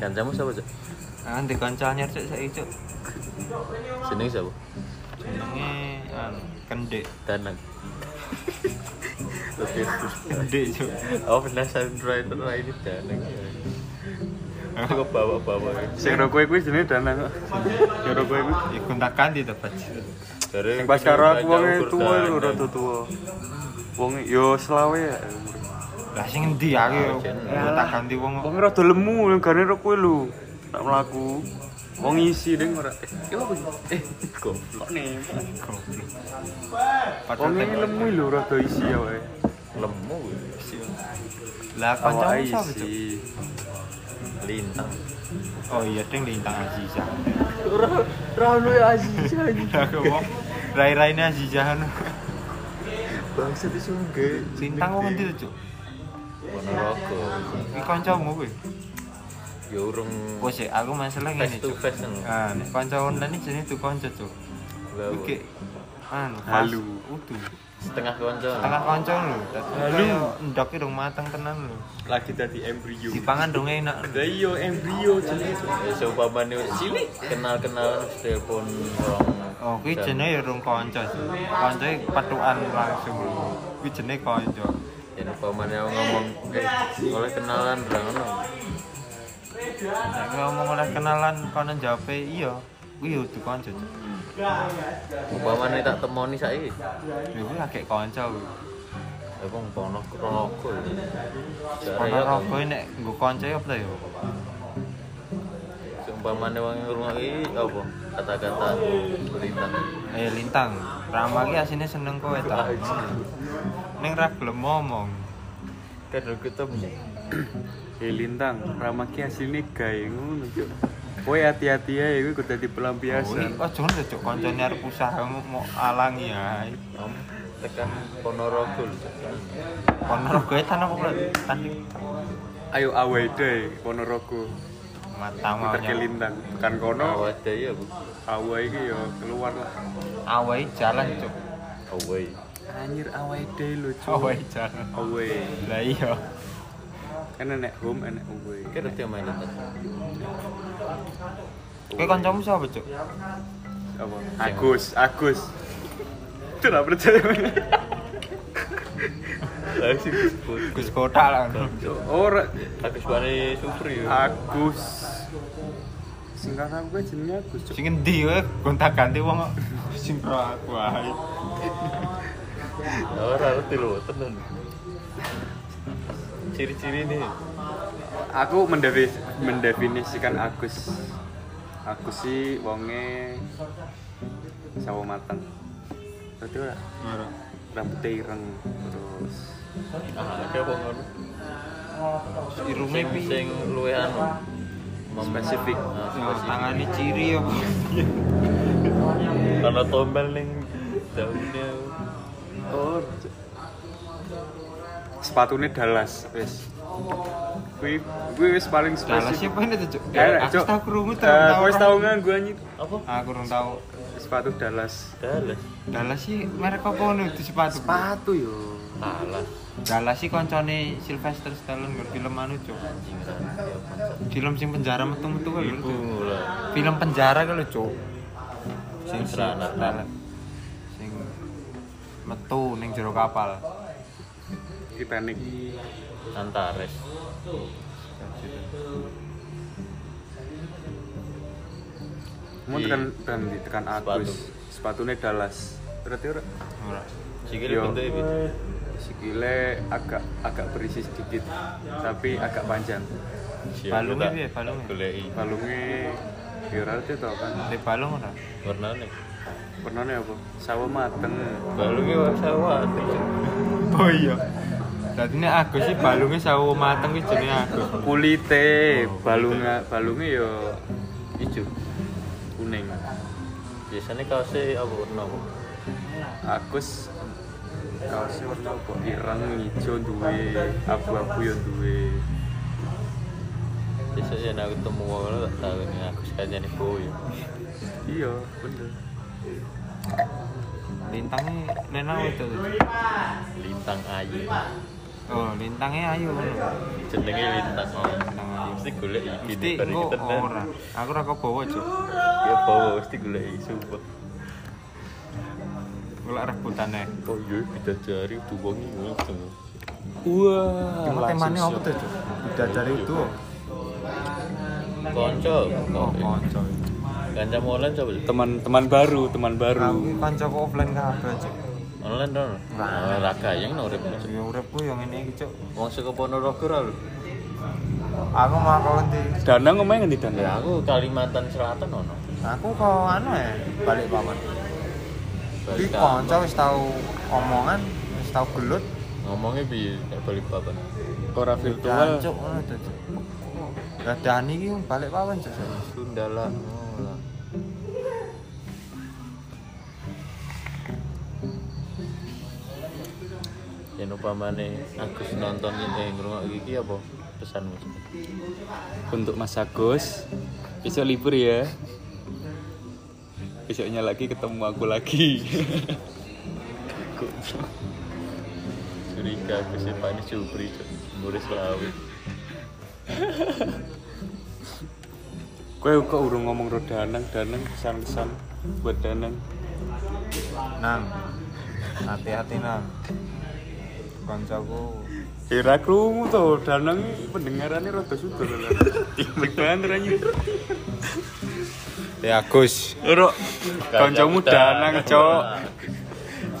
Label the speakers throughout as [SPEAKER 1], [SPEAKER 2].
[SPEAKER 1] Kancamu siapa, Cuk?
[SPEAKER 2] Nanti Ah, kancane cuk saiki cuk.
[SPEAKER 1] Jeneng siapa?
[SPEAKER 2] Jenenge anu kendek.
[SPEAKER 1] Danang. Oke.
[SPEAKER 2] Kendek cuk.
[SPEAKER 1] Oh, penasaran rider ini Danang. ya. Aku bawa-bawa.
[SPEAKER 3] Sing ro kowe kuwi jenenge Danang kok. Sing ro kowe kuwi.
[SPEAKER 2] Iku tak kanti to, Pak.
[SPEAKER 1] Dari
[SPEAKER 3] Sing pas karo aku wonge tuwa lho rada tuwa. Wonge yo selawe ya.
[SPEAKER 2] Lah sing endi
[SPEAKER 3] Ah,
[SPEAKER 2] aku
[SPEAKER 3] Yalah.
[SPEAKER 2] tak kanti wong kok.
[SPEAKER 3] Wonge rada lemu garane ro kowe lho. Tak mlaku. Wong isi ding ora. Eh, yo apa iki? Eh,
[SPEAKER 1] Goblok.
[SPEAKER 3] kok nih.
[SPEAKER 2] Goblok.
[SPEAKER 3] Wonge
[SPEAKER 2] Padahal tak-
[SPEAKER 3] lemu lho rada isi ya wae.
[SPEAKER 1] Lemu. ya.
[SPEAKER 2] Lah
[SPEAKER 3] Awak
[SPEAKER 2] kancamu sapa cuk?
[SPEAKER 3] isi.
[SPEAKER 1] Lintang.
[SPEAKER 2] Oh iya ding lintang Azizah.
[SPEAKER 3] Ora ora ono ya Aziz anjing.
[SPEAKER 2] Aku wong rai-raine Azizah anu.
[SPEAKER 3] Bangsat iso nggih.
[SPEAKER 2] Lintang wong endi to cuk?
[SPEAKER 1] Ponorogo.
[SPEAKER 2] Iki kancamu kuwi.
[SPEAKER 1] Ya urung
[SPEAKER 2] Wes sik, aku masalah
[SPEAKER 1] face
[SPEAKER 2] ngene
[SPEAKER 1] to
[SPEAKER 2] cuk.
[SPEAKER 1] face nang.
[SPEAKER 2] Ah, nek kanca online iki jenenge tuh kanca cuk.
[SPEAKER 1] Lah,
[SPEAKER 2] Oke. Anu,
[SPEAKER 3] Halu.
[SPEAKER 2] Udu.
[SPEAKER 1] Setengah kanca.
[SPEAKER 2] Tengah kanca lho. Halu. Ndoke dong matang tenan lho.
[SPEAKER 3] Lagi tadi embrio.
[SPEAKER 2] Dipangan dong enak.
[SPEAKER 3] Lah iya embrio jenenge.
[SPEAKER 1] Ya seumpamane wis cilik kenal-kenalan wis telepon rong.
[SPEAKER 2] Oh, kuwi jenenge ya rong kanca sih. Kanca patukan langsung lho. Kuwi jenenge kanca.
[SPEAKER 1] Ya umpamane aku ngomong eh oleh kenalan ra ngono.
[SPEAKER 2] Nek ngomong oleh kenalan kono jawab iya. Kuwi ya udu kanca. Cuk.
[SPEAKER 1] Umpamane tak temoni saiki.
[SPEAKER 2] Ya kuwi agek kanca kuwi.
[SPEAKER 1] Ya wong pono kronogo. Jare
[SPEAKER 2] Ono
[SPEAKER 1] ya
[SPEAKER 2] rogo nek nggo kanca ya apa ta ya?
[SPEAKER 1] umpamane wong ngrungoki apa kata-kata lintang.
[SPEAKER 2] Eh lintang. Rama ki asine seneng kowe ta. Ning ra gelem ngomong.
[SPEAKER 1] Kan aku ketemu.
[SPEAKER 3] Eh lintang, ramaki asline gawe ngono cuk. Kowe hati-hati ae kowe kudu dadi pelampiasan.
[SPEAKER 2] Kuwi aja ngono cuk kancane arep usaha mau mau alangi ya.
[SPEAKER 1] Om tekan Ponorogo. lho.
[SPEAKER 2] Kono gue tan apa kuwi? Tan
[SPEAKER 3] Ayo awake dhewe Ponorogo.
[SPEAKER 2] matamu
[SPEAKER 3] Puterke lintang, tekan kono
[SPEAKER 1] Awade ya aku.
[SPEAKER 3] awake iki yo keluar lah.
[SPEAKER 2] Awai jalan cuk.
[SPEAKER 1] Away.
[SPEAKER 3] Anjir awake dhewe lho cuk.
[SPEAKER 2] Awai jalan.
[SPEAKER 3] Awake.
[SPEAKER 2] Lah iya.
[SPEAKER 3] Kan enek home enek away.
[SPEAKER 1] Kira dia main lintang.
[SPEAKER 2] Kowe kancamu sapa cuk?
[SPEAKER 3] Apa? Agus, Agus. Itu gak percaya
[SPEAKER 1] Lah sih disebut.
[SPEAKER 2] Gus kotak lah.
[SPEAKER 3] Ora
[SPEAKER 1] Habis bani Supri. ya.
[SPEAKER 3] Agus. Singkat aku kan jenenge Agus cuk.
[SPEAKER 2] Sing endi kowe gonta-ganti wong kok sing pro aku ae.
[SPEAKER 1] Ora ngerti lho, tenan. Ciri-ciri nih.
[SPEAKER 3] aku mendefi- mendefinisikan Agus Agus sih wonge sawo mateng berarti ora
[SPEAKER 2] Ora.
[SPEAKER 3] rambutnya ireng terus
[SPEAKER 1] Ah, kayak apa ngono?
[SPEAKER 2] Irume
[SPEAKER 1] sing
[SPEAKER 2] pi.
[SPEAKER 1] sing luwe anu mem-
[SPEAKER 3] Spesifik.
[SPEAKER 1] Nah,
[SPEAKER 2] Ya,
[SPEAKER 1] spesifik.
[SPEAKER 2] tangane ciri apa?
[SPEAKER 1] karena tombel ning daunnya
[SPEAKER 3] oh sepatunya Dallas wis kuwi kuwi wis paling
[SPEAKER 2] Dalas
[SPEAKER 3] spesifik
[SPEAKER 2] siapa ini tuh cuk?
[SPEAKER 3] Eh,
[SPEAKER 2] Aku
[SPEAKER 3] Cuk.
[SPEAKER 2] tau krungu
[SPEAKER 3] Eh,
[SPEAKER 2] tau.
[SPEAKER 3] aku wis tau nggak gue anjir
[SPEAKER 1] apa
[SPEAKER 2] Aku rung tau.
[SPEAKER 3] sepatu Dallas
[SPEAKER 1] dalas
[SPEAKER 2] Dalas sih merek apa ngono di sepatu?
[SPEAKER 3] sepatu yo
[SPEAKER 1] dalas
[SPEAKER 2] Dalas sih koncone Sylvester Stallone nggon film anu cuk.
[SPEAKER 1] anjing ra ngerti apa maksud.
[SPEAKER 2] Film sing penjara metu-metu kuwi lho.
[SPEAKER 1] ibu
[SPEAKER 2] Cuk.
[SPEAKER 1] lah
[SPEAKER 2] Film penjara kuwi lho cuk. Sing
[SPEAKER 1] Serana.
[SPEAKER 2] serana. Sing metu ning jero kapal.
[SPEAKER 3] Titanic
[SPEAKER 1] antares
[SPEAKER 3] mau
[SPEAKER 2] Iya.
[SPEAKER 1] Di-
[SPEAKER 3] tekan tekan tekan Agus sepatunya Dallas berarti ora
[SPEAKER 2] Ora.
[SPEAKER 1] sikile
[SPEAKER 3] Yo.
[SPEAKER 1] bentuke piye
[SPEAKER 3] sikile agak agak berisi sedikit tapi agak panjang
[SPEAKER 1] Siap,
[SPEAKER 2] Balungnya
[SPEAKER 1] tak-
[SPEAKER 2] piye, balungnya?
[SPEAKER 1] tak goleki.
[SPEAKER 3] balungnya ya ora arti tau kan
[SPEAKER 2] Te balung ora.
[SPEAKER 1] warnane
[SPEAKER 3] warnanya apa sawo mateng
[SPEAKER 1] balungnya wasa wati
[SPEAKER 2] Oh iya. Dadi nek Agus sih balunge sawo mateng kuwi jenenge Agus.
[SPEAKER 3] kulite balungnya balungnya yo
[SPEAKER 1] ijo
[SPEAKER 3] kuning
[SPEAKER 1] biasanya kaose apa warna apa
[SPEAKER 3] agus kaosnya warna apa ireng hijau duwe abu-abu yo duwe
[SPEAKER 1] biasanya yen aku temu wong ngono tak tau ini aku sekalian nih boyo
[SPEAKER 3] iya bener
[SPEAKER 2] Lintangnya Lena itu.
[SPEAKER 1] lintang ayu
[SPEAKER 2] oh lintangnya ayu ngono
[SPEAKER 1] jenenge lintang oh.
[SPEAKER 2] lintang ayu
[SPEAKER 1] mesti golek iki
[SPEAKER 2] mesti
[SPEAKER 1] bar
[SPEAKER 2] engko
[SPEAKER 1] iki tenan
[SPEAKER 2] ora aku ora kebawa cuk
[SPEAKER 1] ya bawa mesti golek iki sumpah
[SPEAKER 2] golek rebutane
[SPEAKER 1] oh iya kita cari tuh wangi ngono wah
[SPEAKER 2] cuma temane apa tuh cuk udah cari itu
[SPEAKER 1] konco
[SPEAKER 2] oh kanca
[SPEAKER 1] kanca online coba Cuk.
[SPEAKER 3] teman-teman baru teman baru
[SPEAKER 2] aku kanca offline kabeh cuk
[SPEAKER 1] online dong ora gayeng no urip Cuk.
[SPEAKER 2] ya uripku yo ngene iki cuk
[SPEAKER 1] wong saka Ponorogo ra lho
[SPEAKER 2] aku mau kau nanti
[SPEAKER 3] Danang ngomongnya ngendi Danang?
[SPEAKER 1] ya aku Kalimantan Selatan ono
[SPEAKER 2] aku kau anu ya balik paman di
[SPEAKER 1] Balik Papan.
[SPEAKER 2] konco wis tau omongan wis tau gelut
[SPEAKER 1] ngomongnya bi balik papan
[SPEAKER 3] Ora virtual.
[SPEAKER 2] Jancuk ngono tuh cuk lah Dani ki balik paman cuk
[SPEAKER 1] Sunda lah oh, lah. Yen upamane Agus nonton ini ngrungok iki apa pesanmu?
[SPEAKER 3] Untuk Mas Agus, besok libur ya. Besoknya lagi ketemu aku lagi.
[SPEAKER 1] Curiga Agus Pak ini Supri Muris Lawi.
[SPEAKER 3] Kowe kok urung ngomong ro Danang, Danang pesan-pesan buat Danang.
[SPEAKER 2] nang hati-hati nang koncoku
[SPEAKER 3] Ira krungu to, Danang ini pendengarannya rada sudah lho. Timbek banter anjir.
[SPEAKER 2] ya Agus
[SPEAKER 3] Ora kancamu Danang, Cok.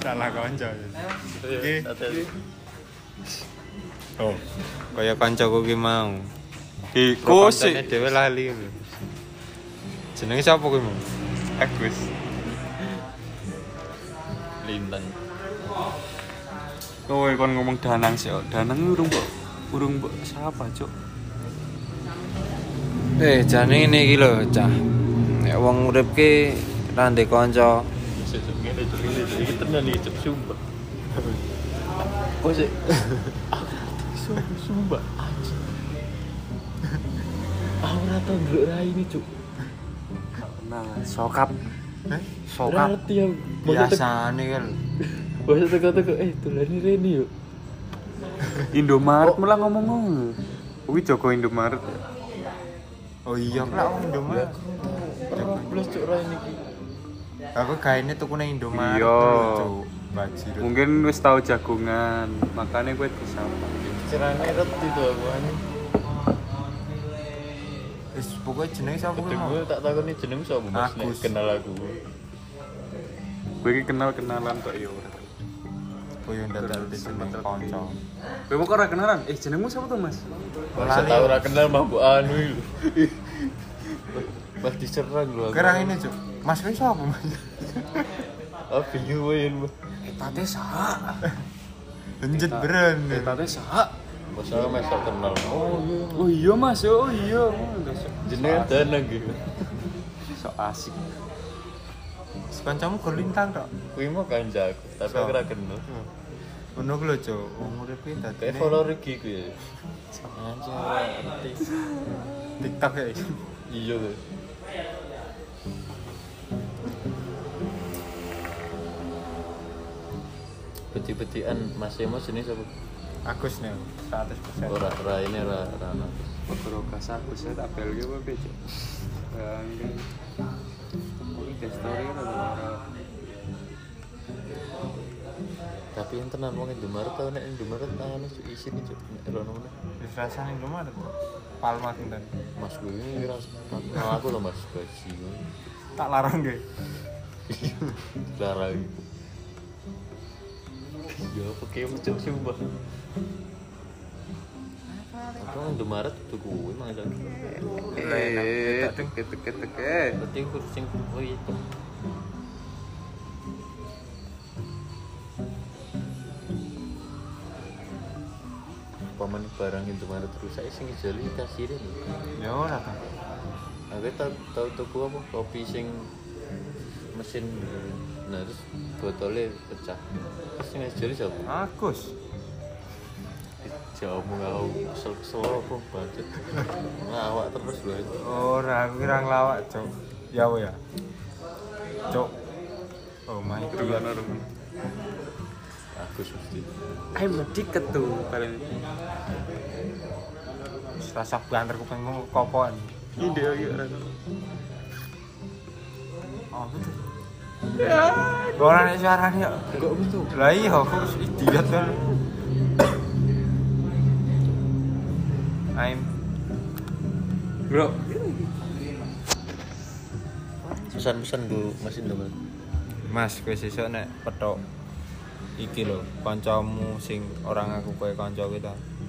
[SPEAKER 2] salah konco
[SPEAKER 1] Serius, hati-hati.
[SPEAKER 2] oh kaya koncoku ki mau
[SPEAKER 3] Iku sih.
[SPEAKER 2] dhewe lali jenenge sapa ki mau
[SPEAKER 3] Agus.
[SPEAKER 1] Lintang.
[SPEAKER 3] Oh, Kowe kon ngomong Danang sih, Cok. Danang urung kok. Urung kok siapa, Cok?
[SPEAKER 2] eh jane ngene iki lho cah nek wong urip ki rande kanca
[SPEAKER 1] Sesuk ngene Cuk. Ngene, Cuk. Iki tenan iki Cuk, sumpah. Sumpah. Aku ora tau ndelok rai ini, Cuk.
[SPEAKER 3] Nah, sokap.
[SPEAKER 2] eh
[SPEAKER 1] Ora
[SPEAKER 2] sokap
[SPEAKER 1] ngerti aku. Maksudnya-
[SPEAKER 2] biasane kan
[SPEAKER 1] Masa teko-teko, eh dolani Reni yuk
[SPEAKER 3] Indomaret malah ngomong ngono. Kuwi Joko Indomaret.
[SPEAKER 2] oh iya lah wong Indomaret
[SPEAKER 1] Orang plus cuk roh ini ki
[SPEAKER 2] aku gaene tukune Indomaret
[SPEAKER 3] Iya.
[SPEAKER 2] dulu, Cuk. Bajirut.
[SPEAKER 3] Mungkin wis tahu jagungan, makanya gue disapa.
[SPEAKER 1] Cerane ret itu aku aneh
[SPEAKER 2] Wis pokoke jenenge sapa kuwi
[SPEAKER 1] Kedeng gue
[SPEAKER 2] mau?
[SPEAKER 1] tak takut nih jeneng siapa mas nek
[SPEAKER 2] Agus.
[SPEAKER 1] kenal aku
[SPEAKER 3] Gue iki kenal-kenalan tok ya ora.
[SPEAKER 2] Koyo dadak di jeneng kanca.
[SPEAKER 3] Gue mau kok ora kenalan. Eh jenengmu siapa tuh, Mas?
[SPEAKER 1] Masa tau ora kenal mah bu anu lho Mas diserang lho aku
[SPEAKER 2] Kerang ini, Cuk. Mas kuwi sapa, Mas?
[SPEAKER 1] Ah bingung gue yen Mas.
[SPEAKER 3] Tate sah.
[SPEAKER 2] Enjet beren.
[SPEAKER 3] Tate sah.
[SPEAKER 1] Masa aku mas tak kenal Oh iya
[SPEAKER 3] Oh iya, Mas. Oh iya.
[SPEAKER 1] Jenengan danang gitu
[SPEAKER 3] So asik.
[SPEAKER 2] Kancamu golintang tok.
[SPEAKER 1] Kuih mau kanca aku Tapi aku ora kenal
[SPEAKER 2] Ngono ku lho, Cuk. Wong urip kuwi
[SPEAKER 1] Kayak
[SPEAKER 2] dadine
[SPEAKER 1] follow regi ku ya Anjir ora ngerti.
[SPEAKER 2] TikTok ya.
[SPEAKER 1] Iya gue Beti-betian Mas Emos ini siapa?
[SPEAKER 2] Agus nih 100%.
[SPEAKER 1] Ora, ora ini ora, ora ana.
[SPEAKER 3] Bro kasar aku saya tak bel gue apa cok. Bangke. Kuwi ke story ora ora.
[SPEAKER 1] Tapi yang tenan wong Indomaret tau nek Indomaret tangane cuk isine cuk nek rono meneh.
[SPEAKER 2] Wis rasane Indomaret. Palma kinten.
[SPEAKER 1] Mas gue ini kira kenal aku loh Mas Basi.
[SPEAKER 2] Tak larang ge.
[SPEAKER 1] Larang. Ya apa kayak cuk sumpah. Aku Indomaret tuku kuwi mang cuk.
[SPEAKER 3] Eh, teke teke teke.
[SPEAKER 1] Berarti aku sing oh itu. Paman barang Indomaret rusak sing jeli kasih lho.
[SPEAKER 2] Ya ora ta.
[SPEAKER 1] Aku tau tau tuku apa kopi sing mesin nah terus botolnya pecah. Terus sing es jeli siapa?
[SPEAKER 2] Agus.
[SPEAKER 1] Jauh mau ngau kesel kesel apa budget. Ngawak terus lho itu.
[SPEAKER 2] Ora, aku kira nglawak, Cuk. Ya wo ya. Cuk. Oh my god.
[SPEAKER 3] Terus ana rumah.
[SPEAKER 1] Ah, bagus mesti
[SPEAKER 3] I'm addicted tuh paling itu.
[SPEAKER 2] Rasa banter kupingku kopoan.
[SPEAKER 3] Ini dia yuk Ran.
[SPEAKER 2] Oh, betul. Orang nek suarane kok.
[SPEAKER 1] kok betul
[SPEAKER 2] Lah iya, aku idiot kan. I'm
[SPEAKER 3] Bro,
[SPEAKER 1] pesan-pesan gue masih double
[SPEAKER 2] Mas, kowe sesuk nek petok iki lho kancamu sing orang aku kowe kanca kita.